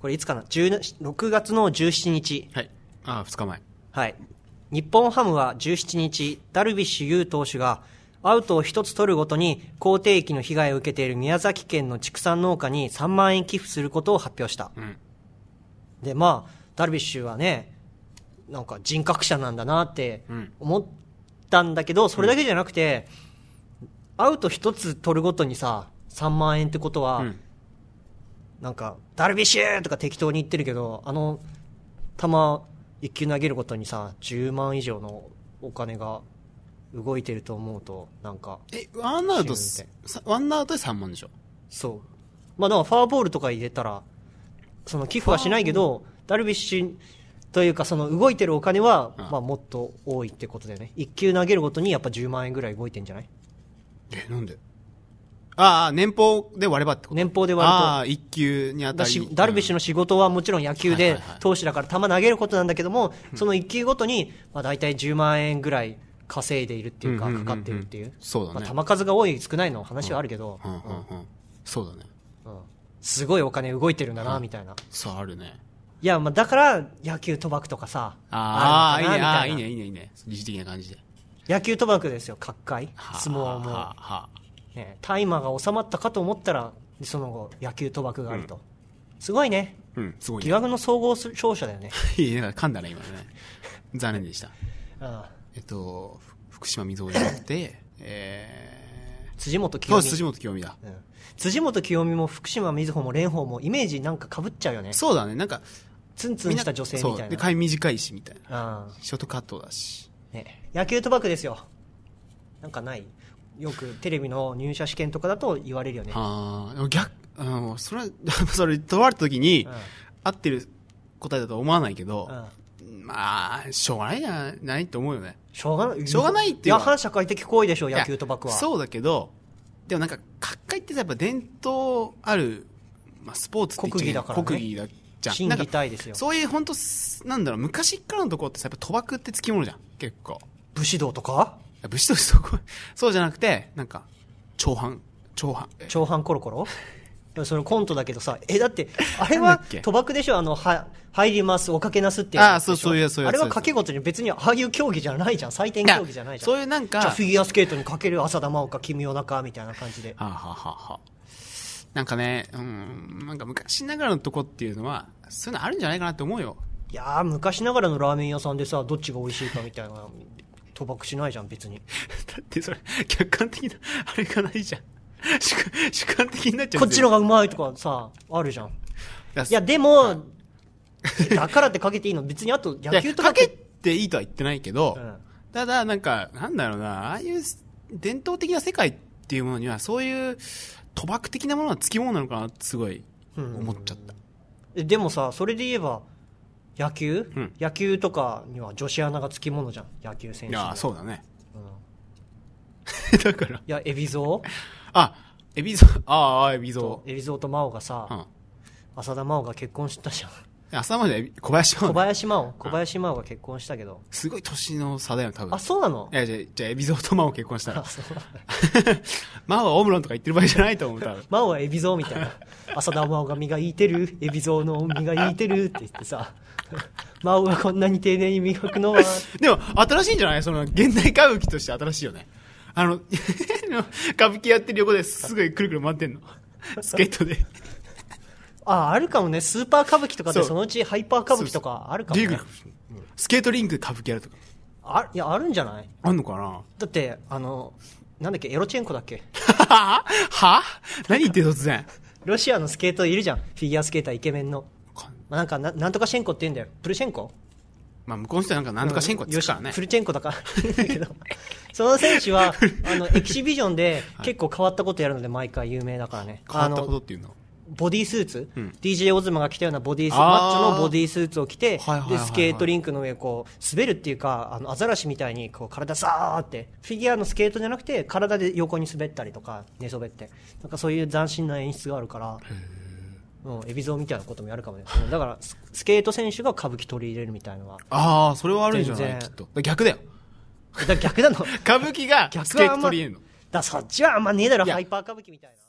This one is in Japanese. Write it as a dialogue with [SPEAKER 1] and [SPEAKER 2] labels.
[SPEAKER 1] これいつかな10 6月の17日、
[SPEAKER 2] はい。ああ、2日前。
[SPEAKER 1] はい、日本ハムは17日ダルビッシュ有投手がアウトを1つ取るごとに好定期の被害を受けている宮崎県の畜産農家に3万円寄付することを発表した、
[SPEAKER 2] ん
[SPEAKER 1] でまあダルビッシュはねなんか人格者なんだなって
[SPEAKER 2] うん
[SPEAKER 1] 思ったんだけどそれだけじゃなくて、アウト1つ取るごとにさ3万円ってことは、
[SPEAKER 2] うん。
[SPEAKER 1] なんか、ダルビッシュとか適当に言ってるけど、あの、球、一球投げることにさ、10万以上のお金が動いてると思うと、なんか、
[SPEAKER 2] え、ワンアウト
[SPEAKER 1] シュ
[SPEAKER 2] す
[SPEAKER 1] ー、
[SPEAKER 2] さワンアウトで3万でしょ。
[SPEAKER 1] そう。まあ、だからファーボールとか入れたら、その寄付はしないけど、ダルビッシュというか、その動いてるお金は、
[SPEAKER 2] うん
[SPEAKER 1] まあ、もっと多いってことだよね。一球投げるごとにやっぱ10万円ぐらい動いてんじゃない
[SPEAKER 2] え、なんでああ、年俸で割ればってこと
[SPEAKER 1] 年俸で割ると。
[SPEAKER 2] ああ、1級に当た
[SPEAKER 1] だし
[SPEAKER 2] り。
[SPEAKER 1] ダルビッシュの仕事はもちろん野球
[SPEAKER 2] は
[SPEAKER 1] で
[SPEAKER 2] いはいはい
[SPEAKER 1] 投手だから球投げることなんだけども、その1球ごとに、まあ、大体10万円ぐらい稼いでいるっていう
[SPEAKER 2] う
[SPEAKER 1] か、
[SPEAKER 2] んうんう
[SPEAKER 1] か
[SPEAKER 2] ん
[SPEAKER 1] かってるっていう、
[SPEAKER 2] そうだね
[SPEAKER 1] まあ、球数が多い、少ないの話はあるけど、
[SPEAKER 2] うんうんうん。そうだね。
[SPEAKER 1] うんすごいお金動いてるんだなみたいな、
[SPEAKER 2] そう、あるね。
[SPEAKER 1] いや、まあ、だから野球賭博とかさ、
[SPEAKER 2] ああ、いい
[SPEAKER 1] るの
[SPEAKER 2] ね、
[SPEAKER 1] かな
[SPEAKER 2] ああ、いい
[SPEAKER 1] みた
[SPEAKER 2] ね、いいね、いいね。理事的な感じで。
[SPEAKER 1] 野球賭博ですよ、各界、
[SPEAKER 2] はあ
[SPEAKER 1] 相撲
[SPEAKER 2] は
[SPEAKER 1] も、
[SPEAKER 2] あはあ
[SPEAKER 1] ね、大麻が収まったかと思ったら、その後、野球賭博があると、すごいね、
[SPEAKER 2] うん、すごい
[SPEAKER 1] 疑
[SPEAKER 2] ね。
[SPEAKER 1] 惑の総合勝者だよね。
[SPEAKER 2] いや、噛んだね、今のね。残念でした。
[SPEAKER 1] うん
[SPEAKER 2] えっと、ふ福島みぞおじゃなくて、え
[SPEAKER 1] 辻元
[SPEAKER 2] ー、
[SPEAKER 1] 清
[SPEAKER 2] そう、
[SPEAKER 1] 美
[SPEAKER 2] 辻元清美だ。
[SPEAKER 1] うん辻元清美も福島みずほも蓮舫もイメージなんかかぶっちゃうよね
[SPEAKER 2] そうだね、なんか、
[SPEAKER 1] ツンツンした女性み
[SPEAKER 2] そ
[SPEAKER 1] た
[SPEAKER 2] う
[SPEAKER 1] い
[SPEAKER 2] で、
[SPEAKER 1] な
[SPEAKER 2] 髪短いし、みたい
[SPEAKER 1] あ
[SPEAKER 2] な。ショートカットだし。
[SPEAKER 1] あ、ね、野球賭博ですよなんかないよくテレビの入社試験とかだと言われるよね
[SPEAKER 2] ああ、でも逆、あの、それ、 それ、取られた時に、
[SPEAKER 1] うん
[SPEAKER 2] 合ってる答えだとは思わないけど
[SPEAKER 1] う、ん
[SPEAKER 2] まあ、しょうがないじゃないと思うよね。
[SPEAKER 1] しょうがない
[SPEAKER 2] しょうがないっていう
[SPEAKER 1] や
[SPEAKER 2] のは
[SPEAKER 1] 反社会的行為でしょ
[SPEAKER 2] いや
[SPEAKER 1] 野球賭博は
[SPEAKER 2] そうだけど、でもなんか、各界ってさやっぱ伝統ある、まあ、スポーツって言っちゃいけない
[SPEAKER 1] 国技だからね
[SPEAKER 2] 国技だじゃん。
[SPEAKER 1] 審議体ですよ
[SPEAKER 2] なんかそういう本当なんだろう、昔っからのところってさ、やっぱ賭博ってつきものじゃん。結構。
[SPEAKER 1] 武士道とか
[SPEAKER 2] いや武士としてそこ、 そうじゃなくて、なんか、長反、長反。え
[SPEAKER 1] 長半コロコ ロいやそのコントだけどさえだってあれは
[SPEAKER 2] なんだっけ
[SPEAKER 1] 賭博でしょあのは入りますおかけなすってい
[SPEAKER 2] ああそう
[SPEAKER 1] でしょ
[SPEAKER 2] そういうやつそういうや
[SPEAKER 1] あ
[SPEAKER 2] つ
[SPEAKER 1] れは賭け事に別にああいう競技じゃないじゃん採点競技じゃないじゃん
[SPEAKER 2] そういうなんか、
[SPEAKER 1] じゃあフィギュアスケートにかける浅田真央か君を中みたいな感じで
[SPEAKER 2] はあ、はあはあはあ、なんかね、うん、なんか昔ながらのとこっていうのは、そういうのあるんじゃないかなって思うよ。
[SPEAKER 1] いやー昔ながらのラーメン屋さんでさどっちが美味しいかみたいな賭博しないじゃん別に
[SPEAKER 2] だってそれ、客観的な、あれがないじゃん。 主観主観的になっちゃう
[SPEAKER 1] こっちのがうまいとかさあるじゃん
[SPEAKER 2] 全
[SPEAKER 1] いや
[SPEAKER 2] 然
[SPEAKER 1] でもだからってかけていいの別にあと
[SPEAKER 2] いや
[SPEAKER 1] 野球と
[SPEAKER 2] か
[SPEAKER 1] か
[SPEAKER 2] けっ
[SPEAKER 1] け
[SPEAKER 2] ていいとは言ってないけど、
[SPEAKER 1] うん
[SPEAKER 2] ただなんか、なんだろうな、ああいう伝統的な世界っていうものには、そういう賭博的なものはつきものなのかなってすごい思っちゃった。
[SPEAKER 1] えでもさそれで言えば野球、
[SPEAKER 2] うん
[SPEAKER 1] 野球とかには女子アナがつきものじゃん野球選
[SPEAKER 2] い
[SPEAKER 1] 手の
[SPEAKER 2] や、そうだね。
[SPEAKER 1] うん、い
[SPEAKER 2] だから、
[SPEAKER 1] や海老蔵
[SPEAKER 2] あ、エビゾ、ああ、エビゾ
[SPEAKER 1] と。海老蔵と真央がさ、
[SPEAKER 2] うん。
[SPEAKER 1] 浅田真央が結婚したじゃん
[SPEAKER 2] 朝までエビ小林
[SPEAKER 1] 小
[SPEAKER 2] は、
[SPEAKER 1] 林真央小林真央が結婚したけど
[SPEAKER 2] すごい年の差だよ、多分
[SPEAKER 1] あ。そうなの
[SPEAKER 2] いや、じゃあ、じゃあ、エビゾとマオ結婚したら
[SPEAKER 1] あ。そう
[SPEAKER 2] マオはオムロンとか言ってる場合じゃないと思う、多 分。
[SPEAKER 1] 真央はエビゾみたい な浅田真央が身がいてるエビゾの身がいてるって言ってさ 真央がこんなに丁寧に磨くの は
[SPEAKER 2] でも、新しいんじゃないその、現代歌舞伎として新しいよね。あの、 歌舞伎やってる横ですごいくるくる回って んの。スケートで。
[SPEAKER 1] ああるかもねスーパー歌舞伎とかで
[SPEAKER 2] そう
[SPEAKER 1] そのうちハイパー歌舞伎とかあるかも
[SPEAKER 2] リ
[SPEAKER 1] ね
[SPEAKER 2] ーグスケートリンクで歌舞伎やるとか。
[SPEAKER 1] あいやあるんじゃない
[SPEAKER 2] あんのかな
[SPEAKER 1] だってあのなんだっけエロチェンコだっけ
[SPEAKER 2] は何言って突然。
[SPEAKER 1] ロシアのスケートいるじゃんフィギュアスケーターイケメンの、まあ、なんかななんとかシェンコって言うんだよプルシェンコ
[SPEAKER 2] まあ、向こうの人はなんか、なんとかシェンコって言うからね
[SPEAKER 1] よしフ。ルチェンコだから だけどその選手 はあのエキシビジョンで結構変わったことやるので毎回有名だからね
[SPEAKER 2] 変わったこ
[SPEAKER 1] あ
[SPEAKER 2] と
[SPEAKER 1] の
[SPEAKER 2] っていうの。
[SPEAKER 1] ボディースーツ、
[SPEAKER 2] うん
[SPEAKER 1] DJ オズマが着たようなボディースーツマッ
[SPEAKER 2] あ
[SPEAKER 1] チ
[SPEAKER 2] ー
[SPEAKER 1] ョのボディースーツを着て、
[SPEAKER 2] はいはいはい
[SPEAKER 1] で
[SPEAKER 2] はい
[SPEAKER 1] スケートリンクの上をこう滑るっていうかあのアザラシみたいにこう体さーってフィギュアのスケートじゃなくて体で横に滑ったりとか寝そべってなんかそういう斬新な演出があるから。うん、海老蔵みたいなこともやるかもね。うんだから、ススケート選手が歌舞伎取り入れるみたいなのは。
[SPEAKER 2] ああ、それはあるんじゃな
[SPEAKER 1] 全
[SPEAKER 2] いき
[SPEAKER 1] 然
[SPEAKER 2] っと。逆だよ。
[SPEAKER 1] だから逆なの。
[SPEAKER 2] 歌舞伎が、ス
[SPEAKER 1] 逆
[SPEAKER 2] ケ
[SPEAKER 1] はあ
[SPEAKER 2] ート
[SPEAKER 1] んま
[SPEAKER 2] 取り入れるの。
[SPEAKER 1] だそっちはあんまねえだろ
[SPEAKER 2] いや
[SPEAKER 1] ハイパー歌舞伎みたいな